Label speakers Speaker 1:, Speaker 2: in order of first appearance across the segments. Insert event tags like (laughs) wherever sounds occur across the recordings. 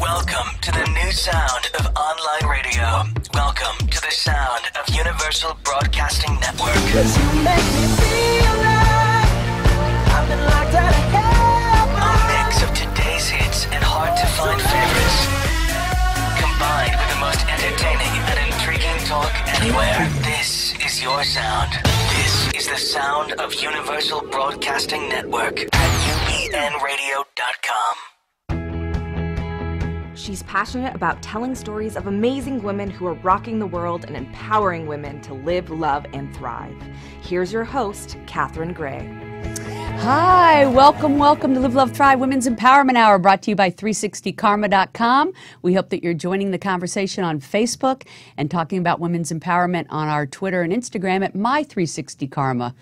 Speaker 1: Welcome to the new sound of online radio. Welcome to the sound of Universal Broadcasting Network.
Speaker 2: Cause you make me feel like I've been locked out of
Speaker 1: A
Speaker 2: heaven.
Speaker 1: mix of today's hits and hard to find favorites. Combined with the most entertaining and intriguing talk anywhere. This is your sound. This is the sound of Universal Broadcasting Network at UBNradio.com.
Speaker 3: She's passionate about telling stories of amazing women who are rocking the world and empowering women to live, love, and thrive. Here's your host, Katherine Gray.
Speaker 4: Hi, welcome, welcome to Live Love Thrive Women's Empowerment Hour brought to you by 360karma.com. We hope that you're joining the conversation on Facebook and talking about women's empowerment on our Twitter and Instagram at my360karma.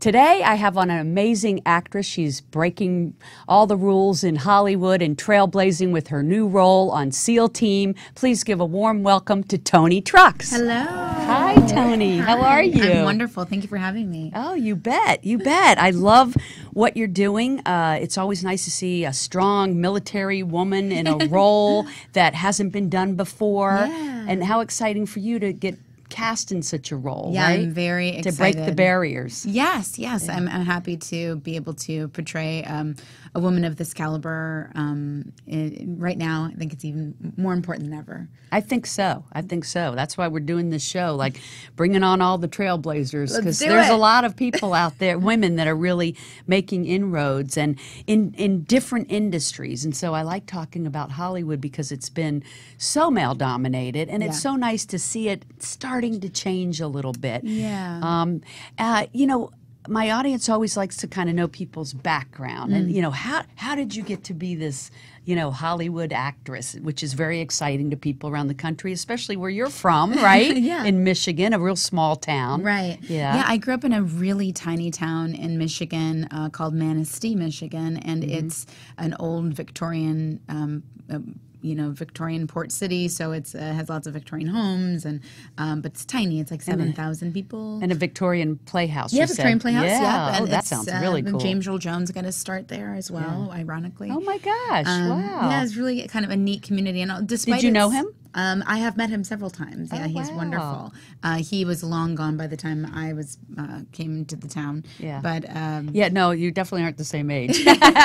Speaker 4: Today I have on an amazing actress. She's breaking all the rules in Hollywood and trailblazing with her new role on SEAL Team. Please give a warm welcome to Tony Trucks.
Speaker 5: Hello.
Speaker 4: Hi, Tony. How are you?
Speaker 5: I'm wonderful. Thank you for having me.
Speaker 4: Oh, you bet. You bet. I love what you're doing. Uh, it's always nice to see a strong military woman in
Speaker 5: (laughs)
Speaker 4: a role that hasn't been done before.
Speaker 5: Yeah.
Speaker 4: And how exciting for you to get cast in such a role,
Speaker 5: Yeah,
Speaker 4: right?
Speaker 5: I'm very
Speaker 4: To break the
Speaker 5: excited.
Speaker 4: barriers.
Speaker 5: Yes, yes. I'm, I'm happy to be able to portray um, a woman of this caliber um, i right now. I think it's even more important than ever.
Speaker 4: I think so. I think so. That's why we're doing this show, like bringing on all the trailblazers, because
Speaker 5: do
Speaker 4: there's a
Speaker 5: it.
Speaker 4: lot of people
Speaker 5: (laughs)
Speaker 4: out there, women that are really making inroads and in in different industries. And so I like talking about Hollywood because it's been so male dominated, and it's
Speaker 5: Yeah.
Speaker 4: so nice to see it starting to change a little bit.
Speaker 5: Yeah.
Speaker 4: Um, uh, you know, my audience always likes to kind of know people's background,
Speaker 5: Mm.
Speaker 4: and you know, how how did you get to be this, you know, Hollywood actress, which is very exciting to people around the country, especially where you're
Speaker 5: (laughs)
Speaker 4: from, right?
Speaker 5: Yeah.
Speaker 4: In Michigan, a real small town.
Speaker 5: Right.
Speaker 4: Yeah.
Speaker 5: Yeah. I grew up in a really tiny town in Michigan uh, called Manistee, Michigan, and it's an old Victorian. Um, um, you know Victorian port city, so it's uh, has lots of Victorian homes, and um, but it's tiny. It's like seven thousand people.
Speaker 4: And a Victorian playhouse.
Speaker 5: Yeah,
Speaker 4: you said.
Speaker 5: Victorian Playhouse.
Speaker 4: Yeah.
Speaker 5: yep.
Speaker 4: Oh,
Speaker 5: And
Speaker 4: that
Speaker 5: it's,
Speaker 4: sounds
Speaker 5: uh,
Speaker 4: really cool.
Speaker 5: James Earl Jones going to start there as well, ironically.
Speaker 4: oh my gosh!
Speaker 5: Um,
Speaker 4: wow.
Speaker 5: Yeah, it's really kind of a neat community. And uh, despite
Speaker 4: you know
Speaker 5: its-
Speaker 4: him? Oh,
Speaker 5: Um, I have met him several times. Yeah, he's
Speaker 4: wow.
Speaker 5: wonderful. Uh, he was long gone by the time I was uh, came to the town.
Speaker 4: Yeah.
Speaker 5: but um,
Speaker 4: Yeah, No, you definitely aren't the same age.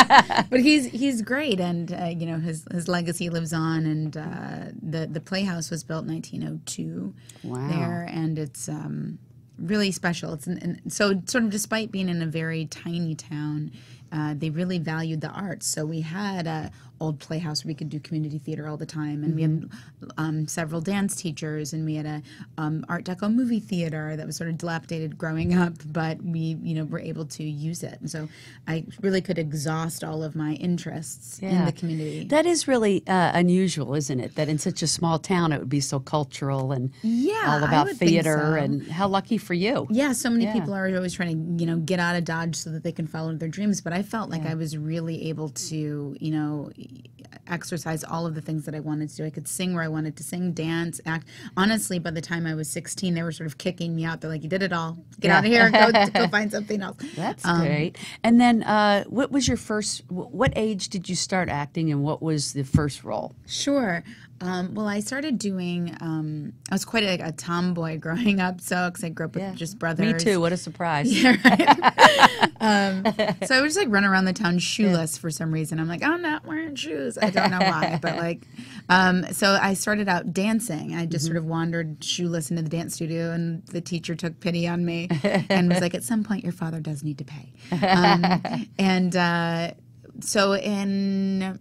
Speaker 5: (laughs) but he's he's great, and uh, you know his his legacy lives on. And uh, the the playhouse was built 1902
Speaker 4: Wow.
Speaker 5: there, and it's um, really special. It's an, an, so sort of despite being in a very tiny town, uh, they really valued the arts. So we had a old playhouse where we could do community theater all the time, and we
Speaker 4: Mm-hmm.
Speaker 5: had um, several dance teachers, and we had a um, Art Deco movie theater that was sort of dilapidated growing up, but we you know were able to use it. And so I really could exhaust all of my interests in
Speaker 4: Yeah.
Speaker 5: the community.
Speaker 4: That is really uh, unusual, isn't it? That in such a small town, it would be so cultural and
Speaker 5: Yeah,
Speaker 4: all
Speaker 5: I
Speaker 4: about
Speaker 5: would think
Speaker 4: theater.
Speaker 5: so.
Speaker 4: And how lucky for you!
Speaker 5: Yeah, so many
Speaker 4: Yeah.
Speaker 5: people are always trying to, you know, get out of Dodge so that they can follow their dreams. But I felt like I was really able to, you know, exercise all of the things that I wanted to do. I could sing where I wanted to sing, dance, act. Honestly, by the time I was 16, they were sort of kicking me out. They're like, you did it all. Get out of here. Go,
Speaker 4: (laughs)
Speaker 5: go find something else.
Speaker 4: That's
Speaker 5: Um,
Speaker 4: great. And then, uh, what was your first? wh- What age did you start acting, and what was the first role?
Speaker 5: Sure. Um, well, I started doing, um, I was quite a, a tomboy (laughs) growing up. So, because I grew up with just brothers.
Speaker 4: Me too. What a
Speaker 5: (laughs)
Speaker 4: surprise!
Speaker 5: So I would just like run around the town shoeless for some reason. I'm like, I'm not wearing shoes. I don't know why, but like, um, so I started out dancing. I just sort of wandered shoeless into the dance studio, and the teacher took pity on me and was like, at some point, your father does need to pay. Um, and uh, so in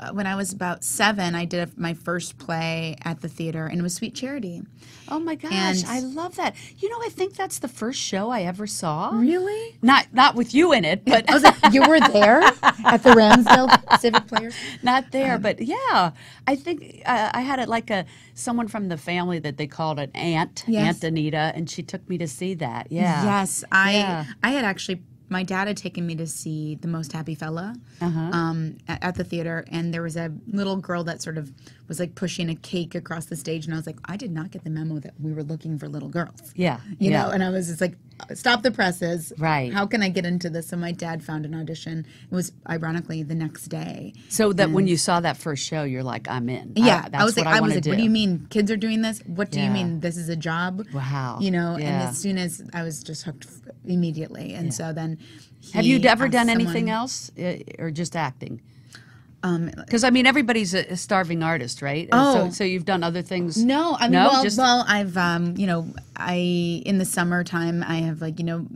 Speaker 5: uh, when I was about seven, I did my first play at the theater, and it was Sweet Charity.
Speaker 4: Oh my gosh!
Speaker 5: And-
Speaker 4: I love that. You know, I think that's the first show I ever saw.
Speaker 5: Really?
Speaker 4: Not not with you in
Speaker 5: (laughs)
Speaker 4: it, but
Speaker 5: I was like, you were there at the (laughs) Ramsdale Civic Players.
Speaker 4: (laughs) not there.
Speaker 5: Um,
Speaker 4: but yeah, I think uh, I had it like a someone from the family that they called an aunt,
Speaker 5: Yes.
Speaker 4: Aunt Anita, and she took me to see that. Yeah.
Speaker 5: Yes, I
Speaker 4: Yeah.
Speaker 5: I had actually my dad had taken me to see The Most Happy Fella
Speaker 4: Uh-huh.
Speaker 5: um, at, at the theater, and there was a little girl that sort of was like pushing a cake across the stage, and I was like, I did not get the memo that we were looking for little girls,
Speaker 4: Yeah.
Speaker 5: you
Speaker 4: yeah.
Speaker 5: know, and I was just like, stop the presses.
Speaker 4: Right.
Speaker 5: How can I get into this? And my dad found an audition. It was ironically the next day.
Speaker 4: So that when you saw that first show, you're like, I'm in.
Speaker 5: Mm. Yeah,
Speaker 4: that's
Speaker 5: I was like,
Speaker 4: what I,
Speaker 5: I, was
Speaker 4: want
Speaker 5: like,
Speaker 4: to
Speaker 5: what do you mean? Kids are doing this? What do
Speaker 4: Yeah.
Speaker 5: you mean? This is a job?
Speaker 4: Wow.
Speaker 5: You know,
Speaker 4: Yeah.
Speaker 5: and as soon as I was just hooked f- immediately, and so then.
Speaker 4: Have you
Speaker 5: he
Speaker 4: ever
Speaker 5: asked
Speaker 4: done anything
Speaker 5: someone- Um,
Speaker 4: else, uh, or just acting? Because I mean, everybody's a a starving artist, right? And
Speaker 5: Oh.
Speaker 4: so, so you've done other things.
Speaker 5: No, I mean,
Speaker 4: no,
Speaker 5: well,
Speaker 4: just
Speaker 5: well, I've, um, you know, I in the summertime I have like, you know,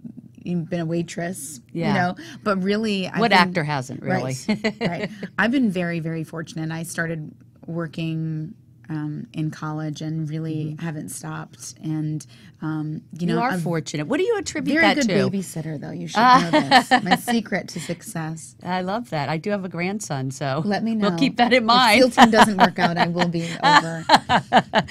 Speaker 5: been a waitress,
Speaker 4: Yeah.
Speaker 5: you know, but really, I've
Speaker 4: What
Speaker 5: been-
Speaker 4: actor hasn't, really?
Speaker 5: Right, right. I've been very, very fortunate. I started working. Um, in college and really haven't stopped and um, you know
Speaker 4: Mm-hmm. you are
Speaker 5: I've-
Speaker 4: fortunate. What do you attribute
Speaker 5: Very
Speaker 4: that
Speaker 5: good
Speaker 4: to?
Speaker 5: babysitter, though. You
Speaker 4: (laughs)
Speaker 5: should know this. My secret to success.
Speaker 4: I love that. I do have a grandson, so
Speaker 5: Let me know.
Speaker 4: We'll keep that in
Speaker 5: If
Speaker 4: mind.
Speaker 5: SEAL team doesn't work out, I will be over.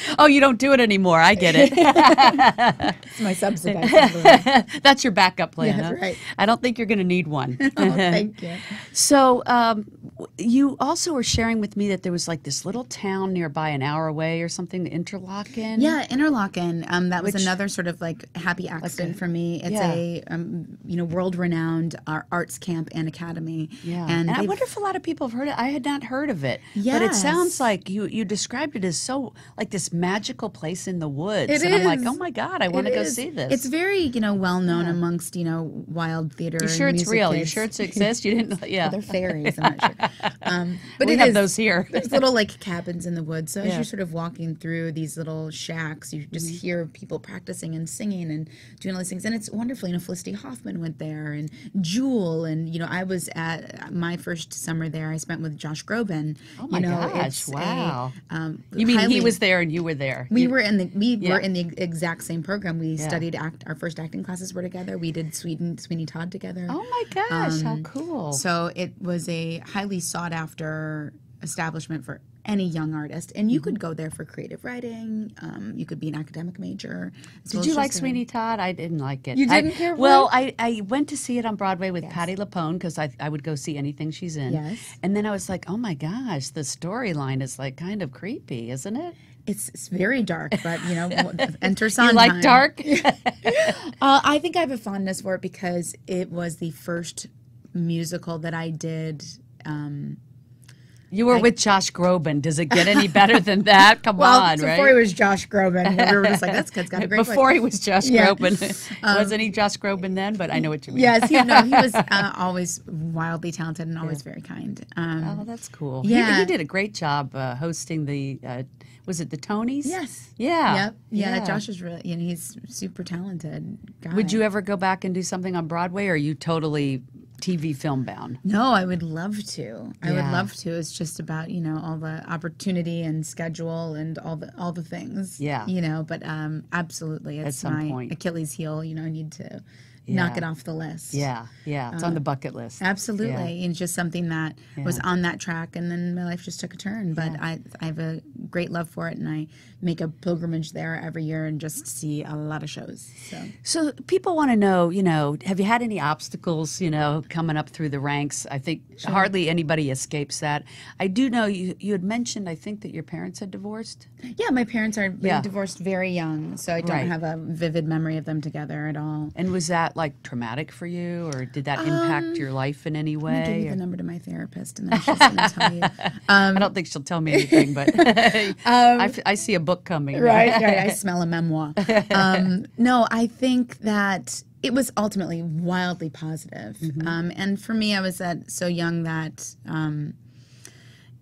Speaker 4: (laughs) Oh, you don't do it anymore. I get
Speaker 5: (laughs)
Speaker 4: it. (laughs)
Speaker 5: It's my Oh, subsidized.
Speaker 4: That's your backup plan.
Speaker 5: Yeah,
Speaker 4: huh?
Speaker 5: right.
Speaker 4: I don't think you're going to need one.
Speaker 5: (laughs) oh,
Speaker 4: Uh-huh.
Speaker 5: thank you.
Speaker 4: So um, w- you also were sharing with me that there was like this little town nearby, an hour away or something, Interlaken.
Speaker 5: Yeah, Interlaken. Um, that was
Speaker 4: Which-
Speaker 5: another sort of like happy accident for me. It's
Speaker 4: Yeah.
Speaker 5: a um, you know world renowned uh, arts camp and academy.
Speaker 4: Yeah.
Speaker 5: and,
Speaker 4: And, I
Speaker 5: they've-
Speaker 4: wonder if a lot of people have heard it. I had not heard of it. But it sounds
Speaker 5: Yes.
Speaker 4: like you you described it as so like this magical place in the woods.
Speaker 5: It
Speaker 4: and I'm like,
Speaker 5: is.
Speaker 4: oh my God, I want to
Speaker 5: It
Speaker 4: go
Speaker 5: is.
Speaker 4: see this.
Speaker 5: It's very you know well known amongst you know wild theater.
Speaker 4: you sure it's real? You sure it
Speaker 5: (laughs)
Speaker 4: exists? You didn't yeah.
Speaker 5: They're fairies. I'm not sure. (laughs) Um, but
Speaker 4: we
Speaker 5: it
Speaker 4: have
Speaker 5: is-
Speaker 4: those
Speaker 5: (laughs)
Speaker 4: here. (laughs)
Speaker 5: There's little like cabins in the woods. So
Speaker 4: Yeah. Mm-hmm.
Speaker 5: as you're sort of walking through these little shacks, you just hear people practicing and singing and doing all these things. And it's wonderful. You know, Felicity Hoffman went there and Jewel. And, you know, I was at my first summer there, I spent with Josh Groban.
Speaker 4: Oh my
Speaker 5: you know,
Speaker 4: gosh,
Speaker 5: it's a,
Speaker 4: wow.
Speaker 5: um,
Speaker 4: you mean he
Speaker 5: highly-
Speaker 4: was there and you were there?
Speaker 5: we
Speaker 4: You-
Speaker 5: were in the we
Speaker 4: Yeah.
Speaker 5: were in the exact same program. We studied act. Our first acting classes were together. We did Sweden Sweeney Todd together.
Speaker 4: Oh my gosh, how
Speaker 5: um,
Speaker 4: cool.
Speaker 5: So it was a highly sought after establishment for any young artist, and you could go there for creative writing. Um, you could be an academic major. as
Speaker 4: Did
Speaker 5: well as
Speaker 4: you
Speaker 5: just
Speaker 4: like
Speaker 5: a-
Speaker 4: Sweeney Todd? I didn't like it.
Speaker 5: You
Speaker 4: I-
Speaker 5: didn't care for
Speaker 4: Well,
Speaker 5: it?
Speaker 4: I, I went to see it on Broadway with Patti LaPone because I, I would go see anything she's in.
Speaker 5: Yes.
Speaker 4: And then I was like, oh my gosh, the storyline is like kind of creepy, isn't it?
Speaker 5: It's, it's very dark, but you know, (laughs) enter Sondheim.
Speaker 4: You like
Speaker 5: (laughs)
Speaker 4: dark?
Speaker 5: Uh, I think I have a fondness for it because it was the first musical that I did. Um,
Speaker 4: you were with Josh Groban. Does it get any better than
Speaker 5: (laughs)
Speaker 4: that? Come
Speaker 5: well,
Speaker 4: on,
Speaker 5: before
Speaker 4: right?
Speaker 5: he was Josh Groban, we were just like, that's kid's got a (laughs) great voice."
Speaker 4: before he was Josh
Speaker 5: Yeah. (laughs) Um,
Speaker 4: Groban. (laughs) Wasn't he Josh Groban then? But I know what you mean.
Speaker 5: Yes, he, no, he was uh, always wildly talented and always very kind. Um,
Speaker 4: Oh, that's cool. He- He,
Speaker 5: Yeah.
Speaker 4: did a great job uh, hosting the, uh, was it the Tonys?
Speaker 5: Yes.
Speaker 4: Yeah.
Speaker 5: Yep. Yeah, Josh is really, you know, he's super talented. Guy.
Speaker 4: Would you ever go back and do something on Broadway, or are you totally TV film bound?
Speaker 5: No, I would love to. I
Speaker 4: Yeah.
Speaker 5: would love to. It's just about you know all the opportunity and schedule and all the all the things.
Speaker 4: Yeah.
Speaker 5: You know, but um, absolutely, it's
Speaker 4: some
Speaker 5: my
Speaker 4: point.
Speaker 5: Achilles heel. You know, I need to knock
Speaker 4: Yeah.
Speaker 5: it off the list.
Speaker 4: Yeah, yeah, it's on the
Speaker 5: Uh,
Speaker 4: bucket list.
Speaker 5: Absolutely, and it's just something that was on that track, and then my life just took a turn. But I, I have a great love for it, and I make a pilgrimage there every year and just see a lot of shows. So.
Speaker 4: So people want to know, you know, have you had any obstacles, you know, coming up through the ranks? I think hardly anybody escapes that. I do know you, you had mentioned, I think, that your parents had divorced.
Speaker 5: Yeah, my parents are they
Speaker 4: Yeah.
Speaker 5: divorced very young, so I don't
Speaker 4: Right.
Speaker 5: have a vivid memory of them together at all.
Speaker 4: And was that like traumatic for you, or did that impact your life in any
Speaker 5: Um, I give
Speaker 4: way?
Speaker 5: you
Speaker 4: or-
Speaker 5: the number to my therapist, and then she's
Speaker 4: (laughs)
Speaker 5: going to tell you.
Speaker 4: I don't think she'll tell me anything, but (laughs) I, f- I see a book coming. (laughs)
Speaker 5: Um, right, right. I smell a memoir. Um, no, I think that it was ultimately wildly positive.
Speaker 4: Mm-hmm.
Speaker 5: Um, and for me, I was at so young that um,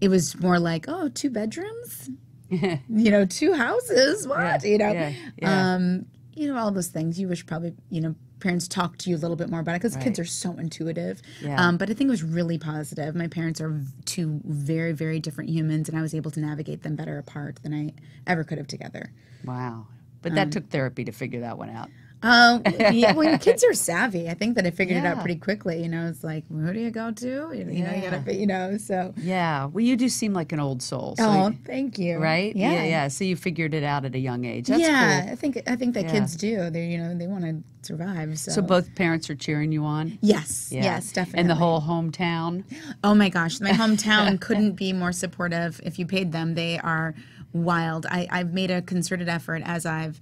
Speaker 5: it was more like, oh,
Speaker 4: (laughs)
Speaker 5: two bedrooms, you know, two houses, what, you know,
Speaker 4: yeah, yeah.
Speaker 5: Um, you know, all those things. You wish probably, you know. Parents talk to you a little bit more about it because kids are so intuitive.
Speaker 4: Yeah.
Speaker 5: Um, but I think it was really positive. My parents are v- two very, very different humans, and I was able to navigate them better apart than I ever could have together.
Speaker 4: Wow. But that took therapy to figure that one out.
Speaker 5: Um, yeah, when kids are savvy, I think that I figured it
Speaker 4: Yeah.
Speaker 5: out pretty quickly. You know, it's like, who do you go to? You, you know, you gotta, fi- you know, so.
Speaker 4: Yeah. Well, you do seem like an old soul. So
Speaker 5: oh, thank you.
Speaker 4: right?
Speaker 5: Yeah.
Speaker 4: yeah, So you figured it out at a young age. That's
Speaker 5: Yeah,
Speaker 4: cool.
Speaker 5: I think I think that kids do. They, you know, they want to survive. So.
Speaker 4: So both parents are cheering you on.
Speaker 5: Yes.
Speaker 4: Yeah.
Speaker 5: Yes, definitely.
Speaker 4: And the whole
Speaker 5: (gasps)
Speaker 4: hometown.
Speaker 5: Oh my gosh, my
Speaker 4: (laughs)
Speaker 5: hometown couldn't be more supportive. If you paid them, they are wild. I, I've made a concerted effort as I've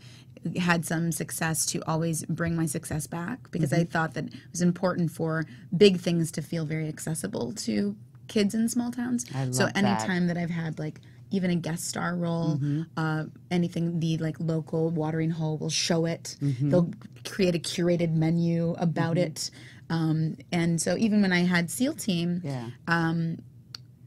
Speaker 5: had some success to always bring my success back because
Speaker 4: Mm-hmm.
Speaker 5: I thought that it was important for big things to feel very accessible to kids in small towns. so
Speaker 4: love that. Mm-hmm.
Speaker 5: anytime that. I've had like even a guest star role, uh, anything the like local watering hole will show it.
Speaker 4: Mm-hmm.
Speaker 5: They'll create a curated menu about it. Um, and so even when I had SEAL Team,
Speaker 4: Yeah.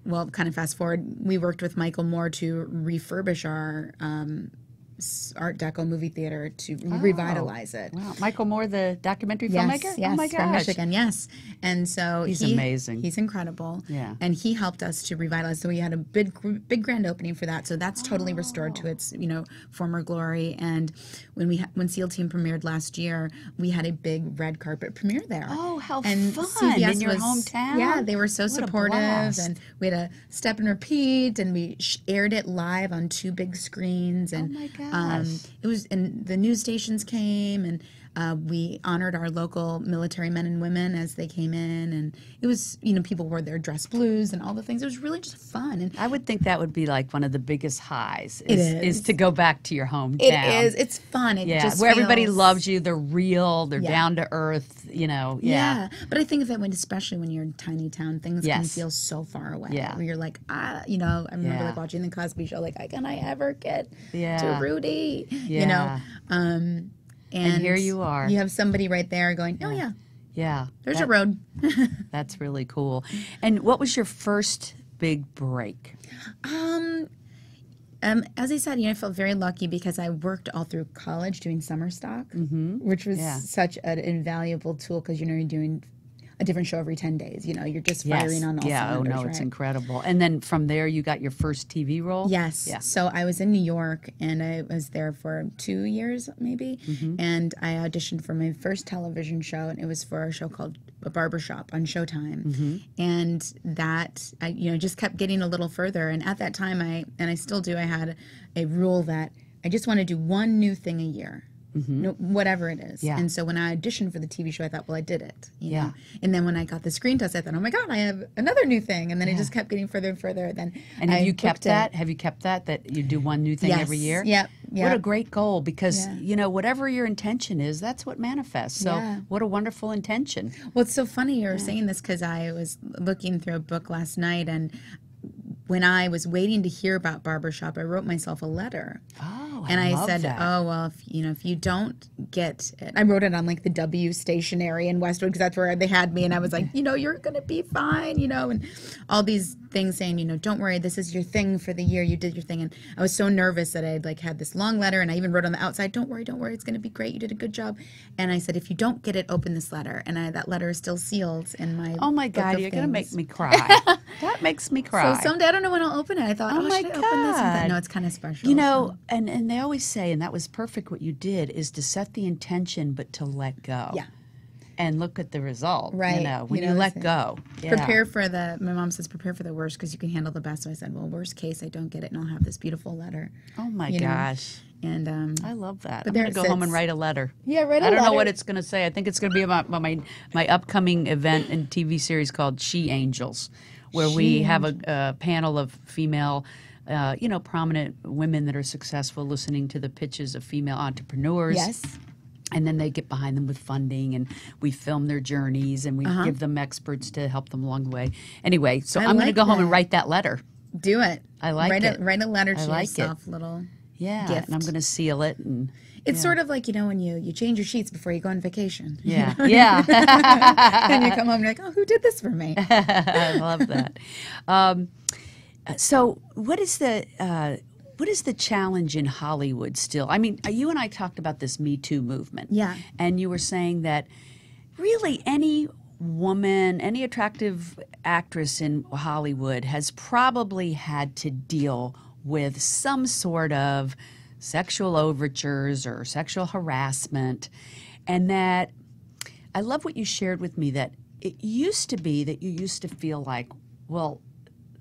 Speaker 5: well, kind of fast forward, we worked with Michael Moore to refurbish our um, s- Art Deco movie theater to revitalize it.
Speaker 4: Wow. Uh, Michael Moore, the documentary
Speaker 5: Yes,
Speaker 4: filmmaker?
Speaker 5: yes,
Speaker 4: oh my
Speaker 5: from
Speaker 4: gosh.
Speaker 5: Michigan, yes. And so he's
Speaker 4: amazing.
Speaker 5: He's incredible.
Speaker 4: Yeah.
Speaker 5: and he helped us to revitalize. So we had a big, gr- big grand opening for that. So that's totally restored
Speaker 4: Oh.
Speaker 5: to its you know former glory. And when we ha- when Seal Team premiered last year, we had a big red carpet premiere there.
Speaker 4: Oh, how
Speaker 5: and
Speaker 4: fun,
Speaker 5: CBS
Speaker 4: in your
Speaker 5: was-
Speaker 4: hometown.
Speaker 5: Yeah, they were so
Speaker 4: What a
Speaker 5: supportive,
Speaker 4: blast.
Speaker 5: and we had a step and repeat, and we sh- aired it live on two big screens. And
Speaker 4: Oh my
Speaker 5: Um,
Speaker 4: gosh.
Speaker 5: it was, and the news stations came, and uh, we honored our local military men and women as they came in, and it was, you know, people wore their dress blues and all the things. It was really just fun, and
Speaker 4: I would think that would be like one of the biggest highs.
Speaker 5: It
Speaker 4: Is, is
Speaker 5: is.
Speaker 4: to go back to your hometown.
Speaker 5: it is, it's fun. It
Speaker 4: Yeah,
Speaker 5: just
Speaker 4: where everybody
Speaker 5: feels-
Speaker 4: loves you. They're real. They're
Speaker 5: Yeah.
Speaker 4: down to earth. You know.
Speaker 5: Yeah.
Speaker 4: Yeah.
Speaker 5: but I think that when, especially when you're in tiny town, things can
Speaker 4: Yes.
Speaker 5: feel so far away.
Speaker 4: Yeah.
Speaker 5: where you're like, ah, you know, I remember
Speaker 4: Yeah.
Speaker 5: like watching the Cosby Show, like, can I ever get
Speaker 4: Yeah.
Speaker 5: to Rudy? You know,
Speaker 4: Yeah.
Speaker 5: um, and,
Speaker 4: And here you are.
Speaker 5: You have somebody right there going, oh yeah,
Speaker 4: Yeah.
Speaker 5: there's
Speaker 4: That-
Speaker 5: a road.
Speaker 4: That's really cool. And what was your first big break?
Speaker 5: Um, as I said, you know, I felt very lucky because I worked all through college doing summer stock, which was
Speaker 4: Mm-hmm. Yeah.
Speaker 5: such an invaluable tool because you know you're doing a different show every ten days. You know, you're just firing on all
Speaker 4: yeah. Oh
Speaker 5: cylinders.
Speaker 4: no, it's
Speaker 5: right?
Speaker 4: incredible. And then from there, you got your first TV role.
Speaker 5: Yes.
Speaker 4: Yeah.
Speaker 5: So I was in New York and I was there for two years, maybe.
Speaker 4: Mm-hmm.
Speaker 5: And I auditioned for my first television show, and it was for a show called A Barbershop on Showtime.
Speaker 4: Mm-hmm.
Speaker 5: And that, I, you know, just kept getting a little further. And at that time, I, and I still do, I had a rule that I just want to do one new thing a year. No, whatever it is.
Speaker 4: Mm-hmm. Yeah.
Speaker 5: And so when I auditioned for the TV show, I thought, well, I did it. You
Speaker 4: Yeah.
Speaker 5: Know? And then when I got the screen test, I thought, oh my God, I have another new thing. And then it just kept getting further and further. Then
Speaker 4: And have
Speaker 5: I
Speaker 4: you
Speaker 5: booked
Speaker 4: kept
Speaker 5: it.
Speaker 4: that? Have you kept that? That you do one new thing every
Speaker 5: Yes.
Speaker 4: year?
Speaker 5: Yep.
Speaker 4: What a
Speaker 5: Yep.
Speaker 4: great goal because,
Speaker 5: Yeah.
Speaker 4: you know, whatever your intention is, that's what manifests. So,
Speaker 5: Yeah.
Speaker 4: what a wonderful intention.
Speaker 5: Well, it's so funny you're saying this because I was looking through a book last night and when I was waiting to hear about barbershop, I wrote myself a letter.
Speaker 4: Oh,
Speaker 5: and I
Speaker 4: love
Speaker 5: said,
Speaker 4: that.
Speaker 5: "Oh well, if you know, if you don't get it, I wrote it on like the W stationery in Westwood because that's where they had me." And I
Speaker 4: (laughs)
Speaker 5: was like, "You know, you're gonna be fine," you know, and all these things saying, "You know, don't worry, this is your thing for the year. You did your thing." And I was so nervous that I had like had this long letter, and I even wrote on the outside, "Don't worry, don't worry, it's gonna be great. You did a good job." And I said, "If you don't get it, open this letter." And I, that letter is still sealed in my.
Speaker 4: Oh my
Speaker 5: book
Speaker 4: God,
Speaker 5: of
Speaker 4: you're going to make
Speaker 5: things. (laughs)
Speaker 4: me cry. that makes me cry.
Speaker 5: So someday I don't know when I'll open it. I thought,
Speaker 4: Oh
Speaker 5: oh,
Speaker 4: my
Speaker 5: should I open this? I
Speaker 4: God.
Speaker 5: thought, no, it's kind of special.
Speaker 4: You
Speaker 5: so-
Speaker 4: know, and and they always say, and that was perfect what you did is to set the intention, but to let go.
Speaker 5: Yeah.
Speaker 4: And look at the result. You
Speaker 5: Right.
Speaker 4: know, when you,
Speaker 5: You know,
Speaker 4: let
Speaker 5: that's it.
Speaker 4: go. Yeah.
Speaker 5: prepare for the my mom says prepare for the worst because you can handle the best so i said well worst case i don't get it and i'll have this beautiful letter
Speaker 4: Oh my
Speaker 5: you know.
Speaker 4: gosh.
Speaker 5: and um
Speaker 4: I love that.
Speaker 5: But
Speaker 4: I'm
Speaker 5: there
Speaker 4: gonna
Speaker 5: it
Speaker 4: go home and
Speaker 5: sits.
Speaker 4: write a letter.
Speaker 5: Yeah, write
Speaker 4: I
Speaker 5: a
Speaker 4: I don't know what
Speaker 5: letter.
Speaker 4: it's gonna say. I think it's gonna be about my my, my upcoming event and TV series called She Angels, where we have a, a panel of female. Uh, you know, prominent women that are successful listening to the pitches of female entrepreneurs
Speaker 5: yes
Speaker 4: and then they get behind them with funding and we film their journeys and we give them experts to help them along the way anyway so
Speaker 5: Uh-huh. I
Speaker 4: i'm going
Speaker 5: like
Speaker 4: to go home and
Speaker 5: that.
Speaker 4: write that letter
Speaker 5: do it
Speaker 4: I like
Speaker 5: write
Speaker 4: it.
Speaker 5: a write a letter
Speaker 4: I
Speaker 5: to
Speaker 4: like it.
Speaker 5: yourself little
Speaker 4: yeah and i'm
Speaker 5: Gift.
Speaker 4: going to seal it and
Speaker 5: it's sort of like you know when you you change your sheets before you go on vacation (laughs)
Speaker 4: yeah (laughs) yeah
Speaker 5: and you come home and you're like oh who did this
Speaker 4: (laughs)
Speaker 5: for me
Speaker 4: i love that (laughs) um, so what is the uh, what is the challenge in hollywood still i mean you and i talked about this me too movement
Speaker 5: Yeah.
Speaker 4: and you were saying that really any woman, any attractive actress in Hollywood has probably had to deal with some sort of sexual overtures or sexual harassment. And that I love what you shared with me that it used to be that you used to feel like, well,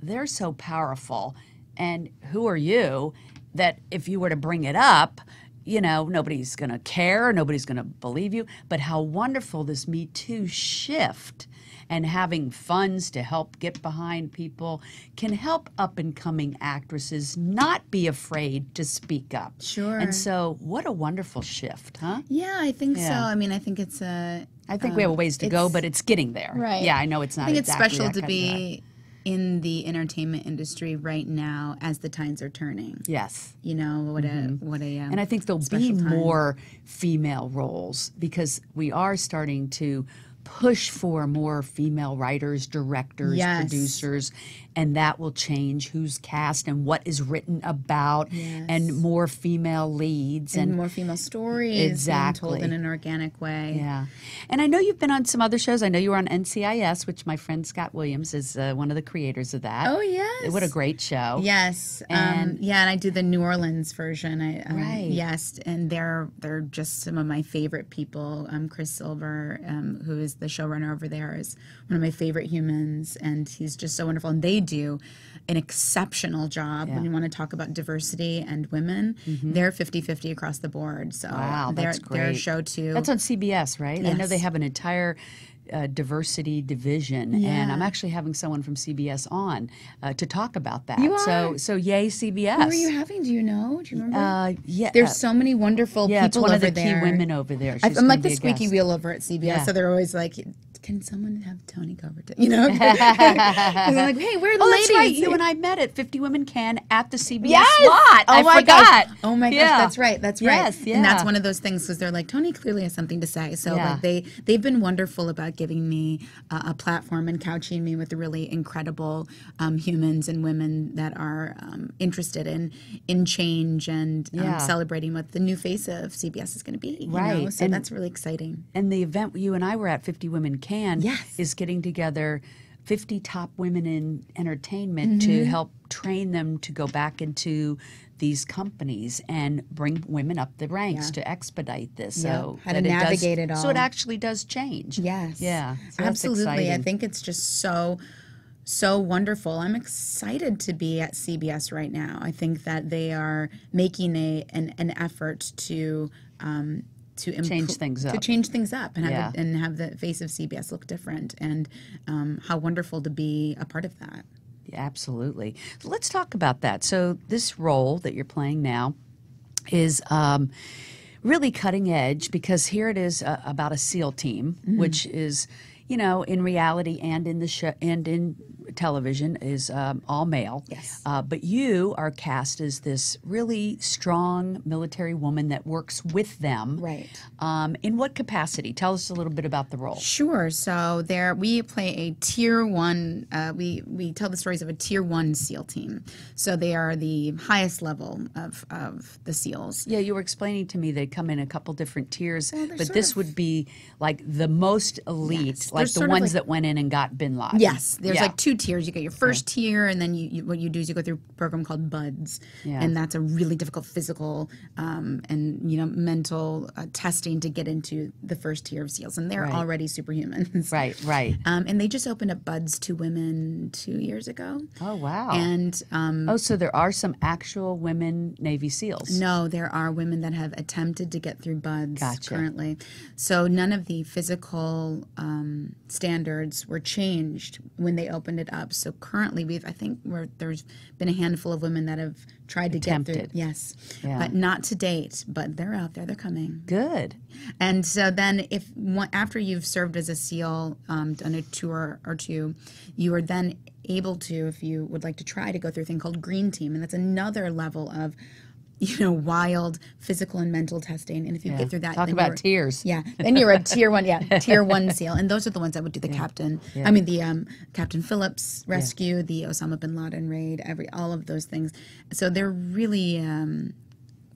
Speaker 4: they're so powerful and who are you that if you were to bring it up you know nobody's going to care nobody's going to believe you but how wonderful this me too shift and having funds to help get behind people can help up and coming actresses not be afraid to speak up.
Speaker 5: Sure.
Speaker 4: And so, what a wonderful shift, huh?
Speaker 5: Yeah, I think so.
Speaker 4: Yeah.
Speaker 5: I mean, I think it's a
Speaker 4: I think we have a ways to go,
Speaker 5: Um, it's-
Speaker 4: but it's getting there.
Speaker 5: Right.
Speaker 4: Yeah, I know it's not.
Speaker 5: I think it's
Speaker 4: exactly
Speaker 5: special
Speaker 4: that
Speaker 5: to
Speaker 4: kind of-
Speaker 5: be in the entertainment industry right now as the tides are turning.
Speaker 4: Yes.
Speaker 5: You know what a what a um,
Speaker 4: Mm-hmm. And I think there'll be
Speaker 5: special time.
Speaker 4: more female roles because we are starting to push for more female writers, directors,
Speaker 5: Yes.
Speaker 4: producers, and that will change who's cast and what is written about and more female leads and,
Speaker 5: and more female stories being told
Speaker 4: Exactly.
Speaker 5: in an organic way.
Speaker 4: Yeah. And I know you've been on some other shows. I know you were on NCIS, which my friend Scott Williams is uh, one of the creators of that.
Speaker 5: Oh yes.
Speaker 4: What a great show.
Speaker 5: Yes. um,
Speaker 4: And-
Speaker 5: yeah, and I do the New Orleans version. I, um,
Speaker 4: Right.
Speaker 5: Yes, and they're they're just some of my favorite people. Um, Chris Silver, um, who is the showrunner over there, is one of my favorite humans, and he's just so wonderful. And they do an exceptional job when you want to talk about diversity and women. They're 50-50 across the board. So
Speaker 4: Mm-hmm. Wow,
Speaker 5: they're,
Speaker 4: that's
Speaker 5: They're a
Speaker 4: great.
Speaker 5: show too.
Speaker 4: That's on CBS, right? I know they
Speaker 5: Yes.
Speaker 4: have an entire uh, diversity division, and I'm actually having someone from CBS on uh, to talk about that.
Speaker 5: You
Speaker 4: So,
Speaker 5: are?
Speaker 4: so yay CBS.
Speaker 5: who are you having? Do you know? Do you remember?
Speaker 4: Uh, yeah,
Speaker 5: There's so many wonderful
Speaker 4: yeah, it's
Speaker 5: people
Speaker 4: one
Speaker 5: over
Speaker 4: of the
Speaker 5: there.
Speaker 4: key women over there.
Speaker 5: I-
Speaker 4: She's
Speaker 5: I'm
Speaker 4: gonna
Speaker 5: like
Speaker 4: be
Speaker 5: the
Speaker 4: a
Speaker 5: squeaky
Speaker 4: guest.
Speaker 5: wheel over at CBS,
Speaker 4: Yeah.
Speaker 5: so they're always like, "Can someone have Tony cover?" To, (laughs)
Speaker 4: (laughs)
Speaker 5: you know, because I'm like, "Hey, where are the
Speaker 4: Oh,
Speaker 5: ladies?"
Speaker 4: that's right. You and I met at 50 Women Can at the CBS
Speaker 5: Yes!
Speaker 4: lot.
Speaker 5: Oh
Speaker 4: I
Speaker 5: my
Speaker 4: forgot.
Speaker 5: Gosh. Oh my gosh,
Speaker 4: Yeah.
Speaker 5: that's right. That's right.
Speaker 4: Yes, yeah.
Speaker 5: And that's one of those things because they're like Tony clearly has something to say. So
Speaker 4: Yeah.
Speaker 5: like they they've been wonderful about giving me uh, a platform and couching me with really incredible um, humans and women that are um, interested in in change and
Speaker 4: Yeah.
Speaker 5: um, celebrating what the new face of CBS is going to be. you know?
Speaker 4: Right.
Speaker 5: So
Speaker 4: And-
Speaker 5: that's really exciting.
Speaker 4: and the event you and I were at, 50 Women Can,
Speaker 5: Yes.
Speaker 4: is getting together 50 top women in entertainment to
Speaker 5: Mm-hmm.
Speaker 4: help train them to go back into these companies and bring women up the ranks to expedite this. So
Speaker 5: How to
Speaker 4: that does-
Speaker 5: navigate it
Speaker 4: So it
Speaker 5: all.
Speaker 4: actually does change.
Speaker 5: Yes.
Speaker 4: Yeah. So that's
Speaker 5: Absolutely. I
Speaker 4: exciting.
Speaker 5: think it's just so so wonderful. I'm excited to be at CBS right now. I think that they are making a an, an effort to um, to impro-
Speaker 4: Change things
Speaker 5: to
Speaker 4: up.
Speaker 5: change things up and have it-
Speaker 4: Yeah.
Speaker 5: and have the face of CBS look different and um, how wonderful to be a part of that.
Speaker 4: Absolutely. So let's talk about that. So this role that you're playing now is um, really cutting edge because here it is uh, about a SEAL team, which is, you know, in reality and in the show and in television is um, all male. Yes. Uh, but you are cast as this really strong military woman that works with them.
Speaker 5: Right.
Speaker 4: Um, in what capacity? Tell us a little bit about the role.
Speaker 5: Sure. So there, we play a tier one. Uh, we we tell the stories of a tier one SEAL team. So they are the highest level of of the SEALs.
Speaker 4: Yeah, you were explaining to me they come in a couple different tiers,
Speaker 5: they're
Speaker 4: but
Speaker 5: sort
Speaker 4: this
Speaker 5: of-
Speaker 4: would be like the most elite,
Speaker 5: Yes, they're
Speaker 4: like the
Speaker 5: sort of
Speaker 4: ones
Speaker 5: like-
Speaker 4: that went in and got Bin Laden.
Speaker 5: Yes, there's
Speaker 4: Yeah.
Speaker 5: like two tiers. You get your first tier, and then you, you what you do is you go through a program called BUDS,
Speaker 4: Yeah.
Speaker 5: and that's a really difficult physical um, and you know mental uh, testing to get into the first tier of SEALs, and they're
Speaker 4: Right.
Speaker 5: already superhumans.
Speaker 4: Right, right.
Speaker 5: (laughs) Um, and they just opened up BUDS to women two years ago.
Speaker 4: Oh wow.
Speaker 5: And um,
Speaker 4: oh, so there are some actual women Navy SEALs.
Speaker 5: No, there are women that have attempted to get through buds
Speaker 4: Gotcha.
Speaker 5: currently. So none of the physical um, standards were changed when they opened it up. So currently, we've I think we're, there's been a handful of women that have tried to get
Speaker 4: Attempted.
Speaker 5: through. Yes,
Speaker 4: Yeah.
Speaker 5: but not to date. But they're out there. They're coming.
Speaker 4: Good.
Speaker 5: And so then, if one, after you've served as a SEAL, um, done a tour or two, you are then able to, if you would like to try, to go through a thing called Green Team, and that's another level of, you know, wild physical and mental testing. And if you get through that,
Speaker 4: Talk
Speaker 5: then
Speaker 4: about
Speaker 5: you're-
Speaker 4: tears.
Speaker 5: Yeah, then you're a tier one, yeah,
Speaker 4: (laughs)
Speaker 5: tier one SEAL, and those are the ones that would do the captain. I mean, the um, Captain Phillips rescue, the Osama bin Laden raid, every all of those things. So they're really. Um,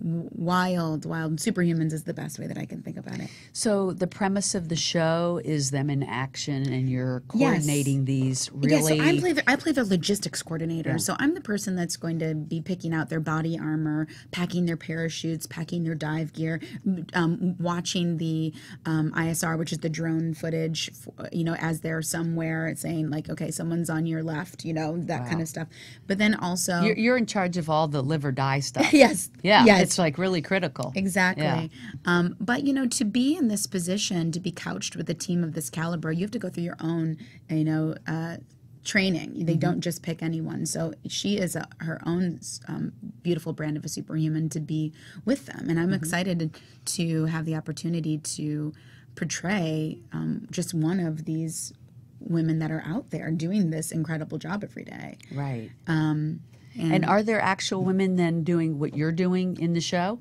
Speaker 5: w- Wild, wild superhumans is the best way that I can think about it.
Speaker 4: So the premise of the show is them in action, and you're
Speaker 5: Yes.
Speaker 4: coordinating these
Speaker 5: Yeah,
Speaker 4: really.
Speaker 5: so I play the, I play the logistics coordinator. So I'm the person that's going to be picking out their body armor, packing their parachutes, packing their dive gear, m- um, watching the um, ISR, which is the drone footage. f- You know, as they're somewhere saying like, okay, someone's on your left. You know, that kind of stuff. But then also,
Speaker 4: you're, you're in charge of all the live or die stuff.
Speaker 5: (laughs) yes,
Speaker 4: Yeah,
Speaker 5: yes,
Speaker 4: it's like really critical.
Speaker 5: Exactly.
Speaker 4: Yeah.
Speaker 5: Um, but you know, to be in this position, to be couched with a team of this caliber, you have to go through your own, you know, uh, training.
Speaker 4: Mm-hmm.
Speaker 5: They don't just pick anyone. So she is a, her own um, beautiful brand of a superhuman to be with them, and I'm
Speaker 4: Mm-hmm.
Speaker 5: excited to have the opportunity to portray um, just one of these women that are out there doing this incredible job every day.
Speaker 4: Right. Um, and, are there actual women then doing what you're doing in the show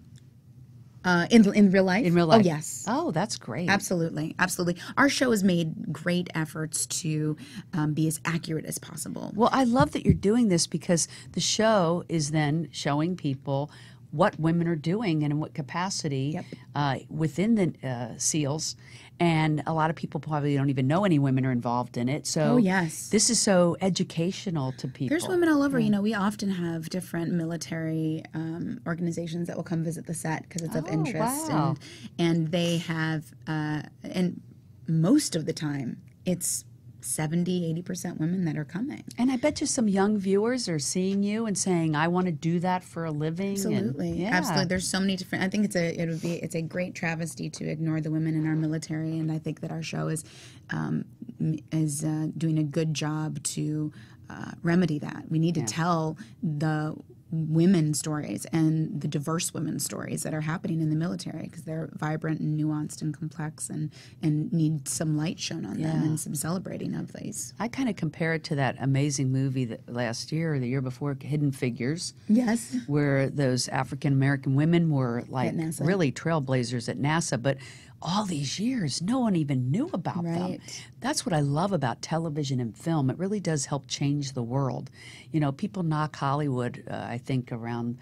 Speaker 5: Uh, in in real life.
Speaker 4: in real life?
Speaker 5: Oh yes.
Speaker 4: Oh, that's great.
Speaker 5: Absolutely, absolutely. Our show has made great efforts to um, be as accurate as possible.
Speaker 4: Well, I love that you're doing this because the show is then showing people what women are doing and in what capacity uh, within the uh, SEALs. And a lot of people probably don't even know any women are involved in it. So
Speaker 5: Oh, yes.
Speaker 4: this is so educational to people.
Speaker 5: There's women all over. You know, we often have different military um, organizations that will come visit the set because it's of interest,
Speaker 4: wow.
Speaker 5: and and they have uh, and most of the time it's 70 80 percent women that are coming.
Speaker 4: And I bet you some young viewers are seeing you and saying, "I want to do that for a living." and-
Speaker 5: Absolutely,
Speaker 4: yeah.
Speaker 5: absolutely. There's so many different. I think it's a it would be it's a great travesty to ignore the women in our military, and I think that our show is um, m- is uh, doing a good job to uh, remedy that. We need to tell the women stories and the diverse women stories that are happening in the military because they're vibrant and nuanced and complex and and need some light shown on them and some celebrating of these.
Speaker 4: I kind of compare it to that amazing movie that last year or the year before, Hidden Figures.
Speaker 5: Yes.
Speaker 4: where those African American women were like
Speaker 5: NASA.
Speaker 4: really trailblazers at NASA, but all these years, no one even knew about them.
Speaker 5: Right.
Speaker 4: That's what I love about television and film. It really does help change the world. You know, people knock Hollywood, uh, I think, around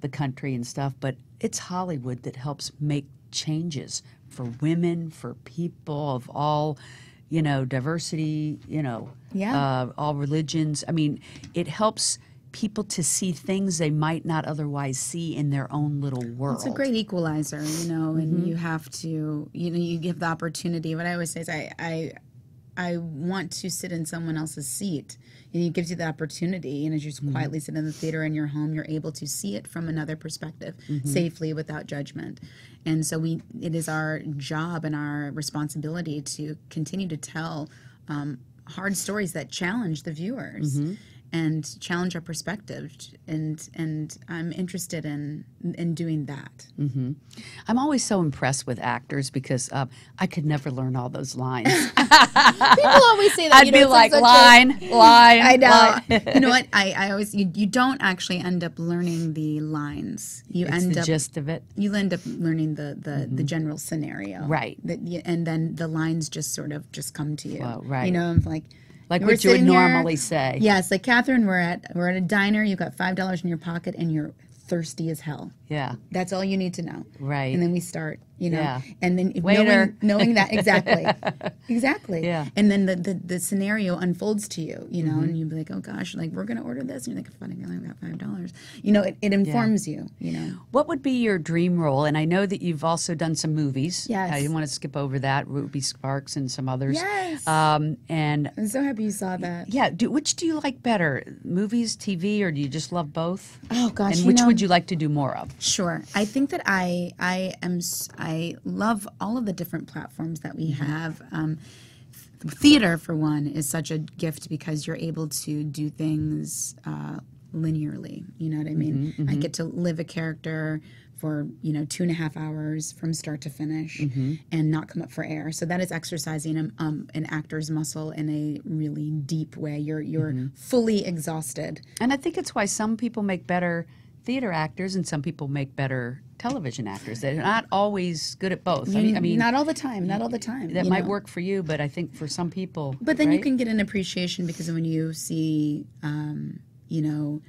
Speaker 4: the country and stuff, but it's Hollywood that helps make changes for women, for people of all, you know, diversity, you know,
Speaker 5: Yeah.
Speaker 4: uh, all religions. I mean, it helps people to see things they might not otherwise see in their own little world.
Speaker 5: It's a great equalizer, you know, and you have to, you know, you give the opportunity. What I always say is, I, I, I want to sit in someone else's seat, and it gives you the opportunity. And as you just quietly sit in the theater in your home, you're able to see it from another perspective safely without judgment. And so we, it is our job and our responsibility to continue to tell um, hard stories that challenge the viewers and challenge our perspective and and I'm interested in in doing that.
Speaker 4: I'm always so impressed with actors because uh, I could never learn all those lines.
Speaker 5: (laughs) People always say that.
Speaker 4: I'd be like
Speaker 5: (laughs)
Speaker 4: line, line.
Speaker 5: I know.
Speaker 4: line." (laughs)
Speaker 5: you know what? I, I always you, you don't actually end up learning the lines. You
Speaker 4: It's
Speaker 5: end
Speaker 4: the
Speaker 5: up
Speaker 4: gist of it.
Speaker 5: you end up learning the the, the general scenario,
Speaker 4: Right.
Speaker 5: That you, and then the lines just sort of just come to you,
Speaker 4: Flow, right.
Speaker 5: You know, I'm like.
Speaker 4: Like
Speaker 5: we're
Speaker 4: what you would
Speaker 5: sitting here-
Speaker 4: normally say.
Speaker 5: Yes, like Catherine, we're at we're at a diner. You've got five dollars in your pocket, and you're thirsty as hell.
Speaker 4: Yeah.
Speaker 5: That's all you need to know.
Speaker 4: Right.
Speaker 5: And then we start, you know.
Speaker 4: Yeah.
Speaker 5: And then if
Speaker 4: Waiter.
Speaker 5: knowing, knowing
Speaker 4: (laughs)
Speaker 5: that exactly. exactly.
Speaker 4: Yeah. Mm-hmm.
Speaker 5: And then the, the, the scenario unfolds to you, you know, and you'd be like, Oh gosh, like we're gonna order this and you're like, funny, I only got five dollars. You know, it, it informs you, you know.
Speaker 4: What would be your dream role? And I know that you've also done some movies.
Speaker 5: Yes.
Speaker 4: I didn't want to skip over that. Ruby Sparks and some others.
Speaker 5: Yes.
Speaker 4: Um, and
Speaker 5: I'm so happy you saw that.
Speaker 4: yeah, do, which do you like better, movies, TV, or do you just love both?
Speaker 5: Oh gosh,
Speaker 4: and
Speaker 5: you
Speaker 4: which
Speaker 5: know-
Speaker 4: would you like to do more of?
Speaker 5: Sure. I think that I I am s- I love all of the different platforms that we
Speaker 4: Mm-hmm.
Speaker 5: have. Um, th- theater, for one, is such a gift because you're able to do things uh, linearly. You know what I mean?
Speaker 4: Mm-hmm,
Speaker 5: I get to live a character for you know two and a half hours from start to finish
Speaker 4: Mm-hmm.
Speaker 5: and not come up for air. So that is exercising um, um, an actor's muscle in a really deep way. You're you're
Speaker 4: Mm-hmm.
Speaker 5: fully exhausted.
Speaker 4: And I think it's why some people make better theater actors and some people make better television actors. They're not always good at both. I mean, I mean
Speaker 5: not all the time. Not all the time.
Speaker 4: that
Speaker 5: you
Speaker 4: might
Speaker 5: know?
Speaker 4: work for you, but I think for some people,
Speaker 5: But then you
Speaker 4: right?
Speaker 5: can get an appreciation because when you see, um, you know,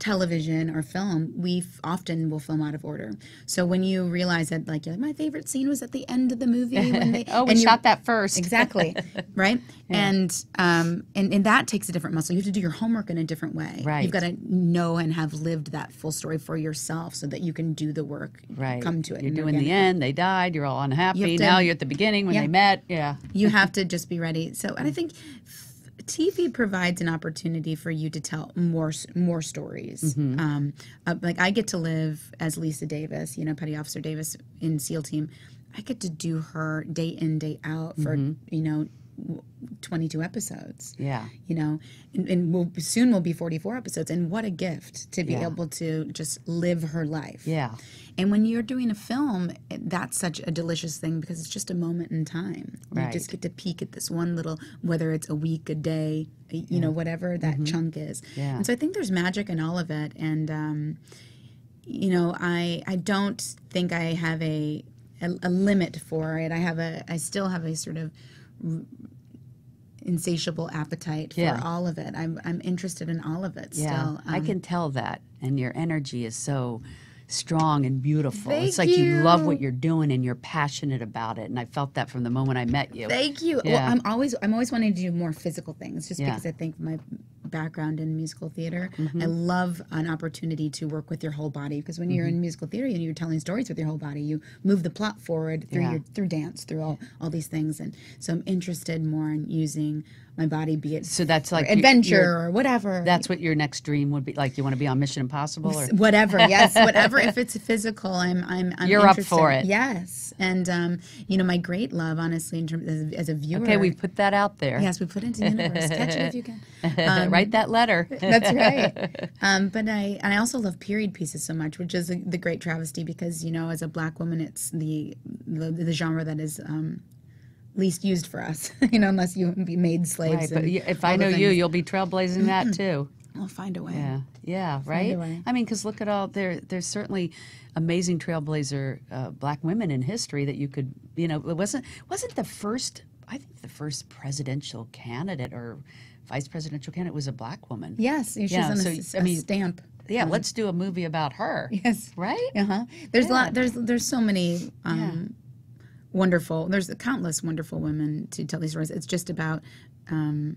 Speaker 5: television or film, we f- often will film out of order. So when you realize that, like, you're like, my favorite scene was at the end of the movie when they
Speaker 4: (laughs) oh, we
Speaker 5: and (laughs) you-
Speaker 4: shot that first. (laughs)
Speaker 5: exactly right and um and, and that takes a different muscle you have to do your homework in a different way
Speaker 4: Right.
Speaker 5: you've got to know and have lived that full story for yourself so that you can do the work
Speaker 4: Right.
Speaker 5: come to it
Speaker 4: You're
Speaker 5: and
Speaker 4: doing the
Speaker 5: organically.
Speaker 4: end. They died. You're all unhappy.
Speaker 5: You have to-
Speaker 4: now you're at the beginning when (laughs)
Speaker 5: Yeah.
Speaker 4: they met. Yeah. Mm.
Speaker 5: you have to just be ready so and i think f- TV provides an opportunity for you to tell more s- more stories.
Speaker 4: Mm-hmm.
Speaker 5: Um, uh, like I get to live as Lisa Davis, you know, Petty Officer Davis in SEAL Team. I get to do her day in day out for you know. w- 22 episodes
Speaker 4: Mm-hmm. Yeah.
Speaker 5: you know and, and we'll soon will be 44 episodes and what a gift to be
Speaker 4: Yeah.
Speaker 5: able to just live her life
Speaker 4: Yeah.
Speaker 5: and when you're doing a film, that's such a delicious thing because it's just a moment in time. You
Speaker 4: Right.
Speaker 5: just get to peek at this one little, whether it's a week, a day, a- you know, whatever that chunk is.
Speaker 4: Mm-hmm. Yeah.
Speaker 5: And so I think there's magic in all of it. And, um, you know, I I don't think I have a, a a limit for it. I have a I still have a sort of r- insatiable appetite for
Speaker 4: Yeah.
Speaker 5: all of it. I'm I'm interested in all of it
Speaker 4: Yeah,
Speaker 5: still.
Speaker 4: I
Speaker 5: Um,
Speaker 4: can tell that, and your energy is so strong and beautiful. it's like
Speaker 5: Thank
Speaker 4: you. love
Speaker 5: you.
Speaker 4: what you're doing and you're passionate about it, and I felt that from the moment I met you.
Speaker 5: Thank you.
Speaker 4: Yeah.
Speaker 5: Well, I'm always I'm always wanting to do more physical things, just
Speaker 4: Yeah. Mm-hmm.
Speaker 5: because I think my background in musical theater, I love an opportunity to work with your whole body. Because when
Speaker 4: Mm-hmm.
Speaker 5: you're in musical theater, you know, you're telling stories with your whole body. You move the plot forward through
Speaker 4: Yeah.
Speaker 5: your through dance, through all all these things. And so I'm interested more in using my body, be it
Speaker 4: so that's like your-
Speaker 5: adventure
Speaker 4: your-
Speaker 5: or whatever.
Speaker 4: that's what your next dream would be. Like you want to be on Mission Impossible, or (laughs)
Speaker 5: whatever yes whatever if it's physical i'm i'm, I'm
Speaker 4: You're up
Speaker 5: interested.
Speaker 4: for it.
Speaker 5: yes and um you know my great love honestly in terms as, as a viewer
Speaker 4: okay, we put that out there.
Speaker 5: Yes, we put it into the universe. Catch it if you can.
Speaker 4: (laughs)
Speaker 5: Um,
Speaker 4: Write that
Speaker 5: (laughs)
Speaker 4: letter.
Speaker 5: That's right. Um, but I and I also love period pieces so much, which is the, the great travesty because you know, as a black woman, it's the the, the genre that is um, least used for us. (laughs) you know, unless you be made slaves.
Speaker 4: Right, but
Speaker 5: and
Speaker 4: you- if I
Speaker 5: all the
Speaker 4: know you,
Speaker 5: things. Mm-hmm.
Speaker 4: you'll be trailblazing that too.
Speaker 5: I'll find a way.
Speaker 4: Yeah, yeah, right.
Speaker 5: way.
Speaker 4: I mean, because look at all there. There's certainly amazing trailblazer uh, black women in history that you could, you know, it wasn't wasn't the first. I think the first presidential candidate or vice presidential candidate was a black woman.
Speaker 5: Yes, she's
Speaker 4: Yeah,
Speaker 5: on
Speaker 4: so,
Speaker 5: a, s-
Speaker 4: I
Speaker 5: a
Speaker 4: mean-
Speaker 5: stamp.
Speaker 4: Yeah, let's do a movie about
Speaker 5: (laughs)
Speaker 4: her.
Speaker 5: Yes.
Speaker 4: Right?
Speaker 5: Uh huh. There's a lot. There's there's so many um, wonderful. There's countless wonderful women to tell these stories. It's just about um,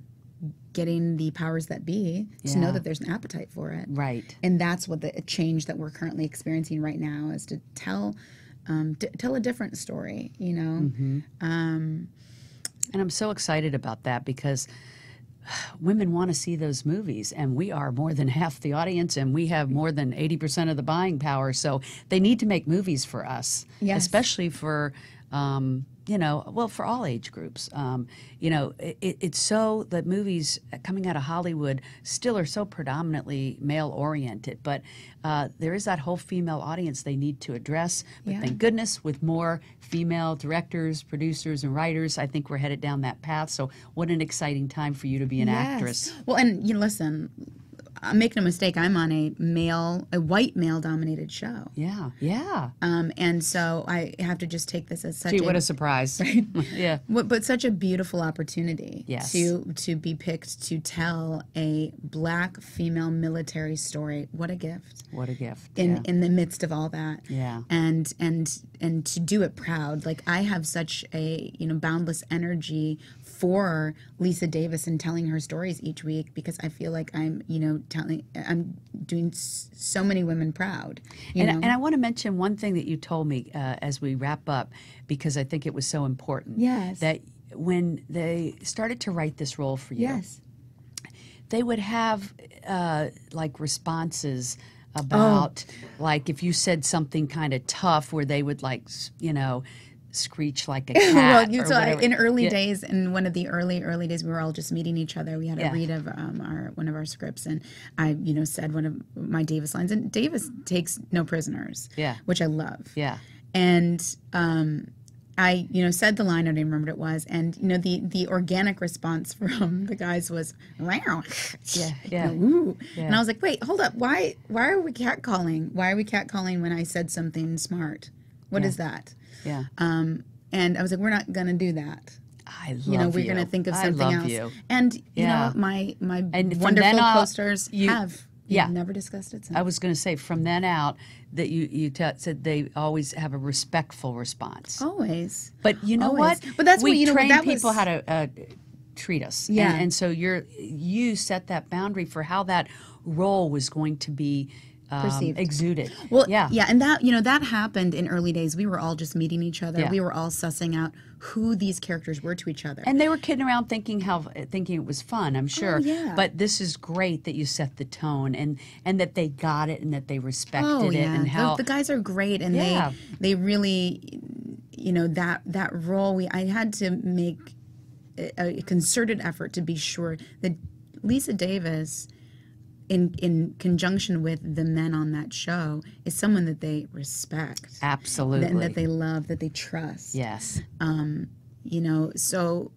Speaker 5: getting the powers that be to
Speaker 4: Yeah.
Speaker 5: know that there's an appetite for it.
Speaker 4: Right.
Speaker 5: And that's what the change that we're currently experiencing right now is to tell um, d- tell a different story. You know.
Speaker 4: Mm-hmm. And I'm so excited about that because women want to see those movies and we are more than half the audience and we have more than 80% of the buying power so they need to make movies for us
Speaker 5: Yes.
Speaker 4: especially for um, you know well for all age groups um, you know it, it, it's so the movies coming out of hollywood still are so predominantly male oriented but uh, there is that whole female audience they need to address but thank goodness with more female directors producers and writers i think we're headed down that path so what an exciting time for you to be an actress.
Speaker 5: Yes. Well, and you know, listen, I make no mistake. I'm on a male, a white male dominated show.
Speaker 4: Yeah, yeah.
Speaker 5: Um, and so I have to just take this as such
Speaker 4: Gee,
Speaker 5: a
Speaker 4: what a (laughs) surprise. yeah.
Speaker 5: What, but such a beautiful opportunity
Speaker 4: Yes.
Speaker 5: to to be picked to tell a black female military story. What a gift!
Speaker 4: What a gift.
Speaker 5: In
Speaker 4: yeah.
Speaker 5: in the midst of all that,
Speaker 4: Yeah.
Speaker 5: and and and to do it proud. Like I have such a you know boundless energy for Lisa Davis and telling her stories each week because I feel like I'm you know telling I'm doing s- so many women proud. You
Speaker 4: and,
Speaker 5: know,
Speaker 4: and I want to mention one thing that you told me uh, as we wrap up because I think it was so important.
Speaker 5: Yes.
Speaker 4: That when they started to write this role for you,
Speaker 5: yes.
Speaker 4: they would have uh, like responses about like if you said something kind of tough where they would like s- you know screech (laughs) like a cat
Speaker 5: well, you
Speaker 4: or
Speaker 5: so I,
Speaker 4: whatever.
Speaker 5: in early
Speaker 4: Yeah.
Speaker 5: days, in one of the early early days, we were all just meeting each other. We had
Speaker 4: Yeah.
Speaker 5: a read of um, our one of our scripts, and I, you know, said one of my Davis lines. And Davis takes no prisoners,
Speaker 4: Yeah.
Speaker 5: which I love.
Speaker 4: yeah
Speaker 5: And um, I, you know, said the line. I didn't remember what it was, and you know, the the organic response (laughs) from the guys was, "Wow, yeah,
Speaker 4: yeah.
Speaker 5: ooh," and I was like, "Wait, hold up, why why are we catcalling? Why are we catcalling when I said something smart? What is that?"
Speaker 4: yeah
Speaker 5: Um, and I was like, we're not going to do that.
Speaker 4: I love
Speaker 5: You know, we're
Speaker 4: you.
Speaker 5: going to think of
Speaker 4: I
Speaker 5: something
Speaker 4: love
Speaker 5: else.
Speaker 4: you.
Speaker 5: And you
Speaker 4: Yeah.
Speaker 5: know, my my
Speaker 4: And from
Speaker 5: wonderful
Speaker 4: then on,
Speaker 5: posters
Speaker 4: you-
Speaker 5: have we've
Speaker 4: yeah.
Speaker 5: never discussed it. Since.
Speaker 4: I was going to say from then out that you you t- said they always have a respectful response.
Speaker 5: always.
Speaker 4: But you know
Speaker 5: Oh. Always.
Speaker 4: what?
Speaker 5: But that's
Speaker 4: we
Speaker 5: what- you know what,
Speaker 4: train
Speaker 5: that
Speaker 4: people
Speaker 5: was-
Speaker 4: how to uh, treat us. And-
Speaker 5: Yeah.
Speaker 4: And, so you're you set that boundary for how that role was going to be um,
Speaker 5: Perceived.
Speaker 4: exuded.
Speaker 5: Well,
Speaker 4: yeah,
Speaker 5: yeah, yeah, and that you know that happened in early days. We were all just meeting each other.
Speaker 4: Yeah.
Speaker 5: We were all sussing out who these characters were to each other.
Speaker 4: And they were kidding around, thinking how thinking it was fun. I'm sure.
Speaker 5: Oh, yeah.
Speaker 4: But this is great that you set the tone and and that they got it and that they respected
Speaker 5: oh
Speaker 4: it
Speaker 5: yeah,
Speaker 4: and
Speaker 5: The-
Speaker 4: how
Speaker 5: the, guys are great, and
Speaker 4: Yeah.
Speaker 5: they they really, you know that that role. We I had to make a, a concerted effort to be sure that Lisa Davis. In, in conjunction with the men on that show is someone that they respect
Speaker 4: absolutely.
Speaker 5: and that they love that they trust
Speaker 4: yes.
Speaker 5: you know so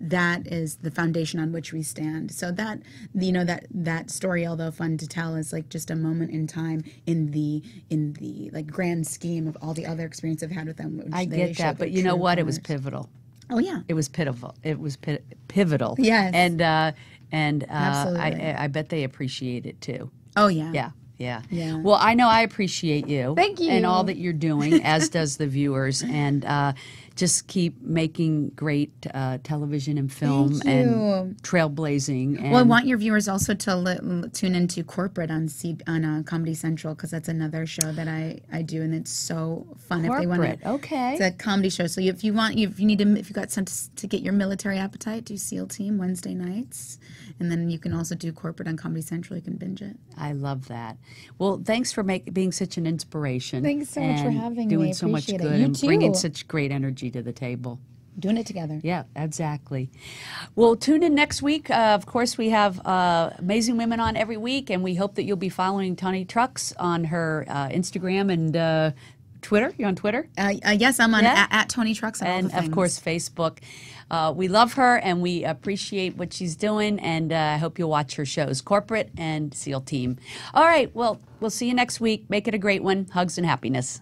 Speaker 5: that is the foundation on which we stand so that you know that that story although fun to tell is like just a moment in time in the in the like grand scheme of all the other experience i've had with them which
Speaker 4: I
Speaker 5: they
Speaker 4: get
Speaker 5: show
Speaker 4: that,
Speaker 5: their
Speaker 4: but you know
Speaker 5: true
Speaker 4: what? It was
Speaker 5: colors.
Speaker 4: pivotal.
Speaker 5: oh yeah
Speaker 4: It was pitiful. It was pi- pivotal.
Speaker 5: Yes.
Speaker 4: And uh, and uh,
Speaker 5: Absolutely.
Speaker 4: I I- I bet they appreciate it too.
Speaker 5: oh yeah
Speaker 4: Yeah. Yeah.
Speaker 5: Yeah.
Speaker 4: Well, I know I appreciate you.
Speaker 5: Thank
Speaker 4: And all
Speaker 5: you.
Speaker 4: that you're doing, as does the viewers. And uh, just keep making great uh, television and film and trailblazing. And
Speaker 5: well, I want your viewers also to li- l- tune into Corporate on C- on uh, Comedy Central because that's another show that I, I do and it's so fun if they want
Speaker 4: Corporate, okay.
Speaker 5: It's a comedy show. So if you want if you need to if you got sent to, to get your military appetite, do SEAL Team Wednesday nights, and then you can also do Corporate on Comedy Central. You can binge it.
Speaker 4: I love that. Well, thanks for make, being such an inspiration.
Speaker 5: Thanks so much for
Speaker 4: and
Speaker 5: having me.
Speaker 4: doing so much
Speaker 5: Appreciate
Speaker 4: good
Speaker 5: it. You
Speaker 4: and bringing
Speaker 5: too.
Speaker 4: such great energy to the table.
Speaker 5: Doing it together.
Speaker 4: Yeah, exactly. Well, tune in next week. Uh, of course, we have uh, amazing women on every week, and we hope that you'll be following Tony Trucks on her uh, Instagram and uh, Twitter. You're on Twitter?
Speaker 5: Uh, uh, yes, I'm on
Speaker 4: Yeah.
Speaker 5: at, at Tony Trucks on all
Speaker 4: and
Speaker 5: the
Speaker 4: of
Speaker 5: things.
Speaker 4: course, Facebook. Uh, we love her and we appreciate what she's doing, and uh, I hope you'll watch her shows, Corporate and SEAL Team. All right, well, we'll see you next week. Make it a great one. Hugs and happiness.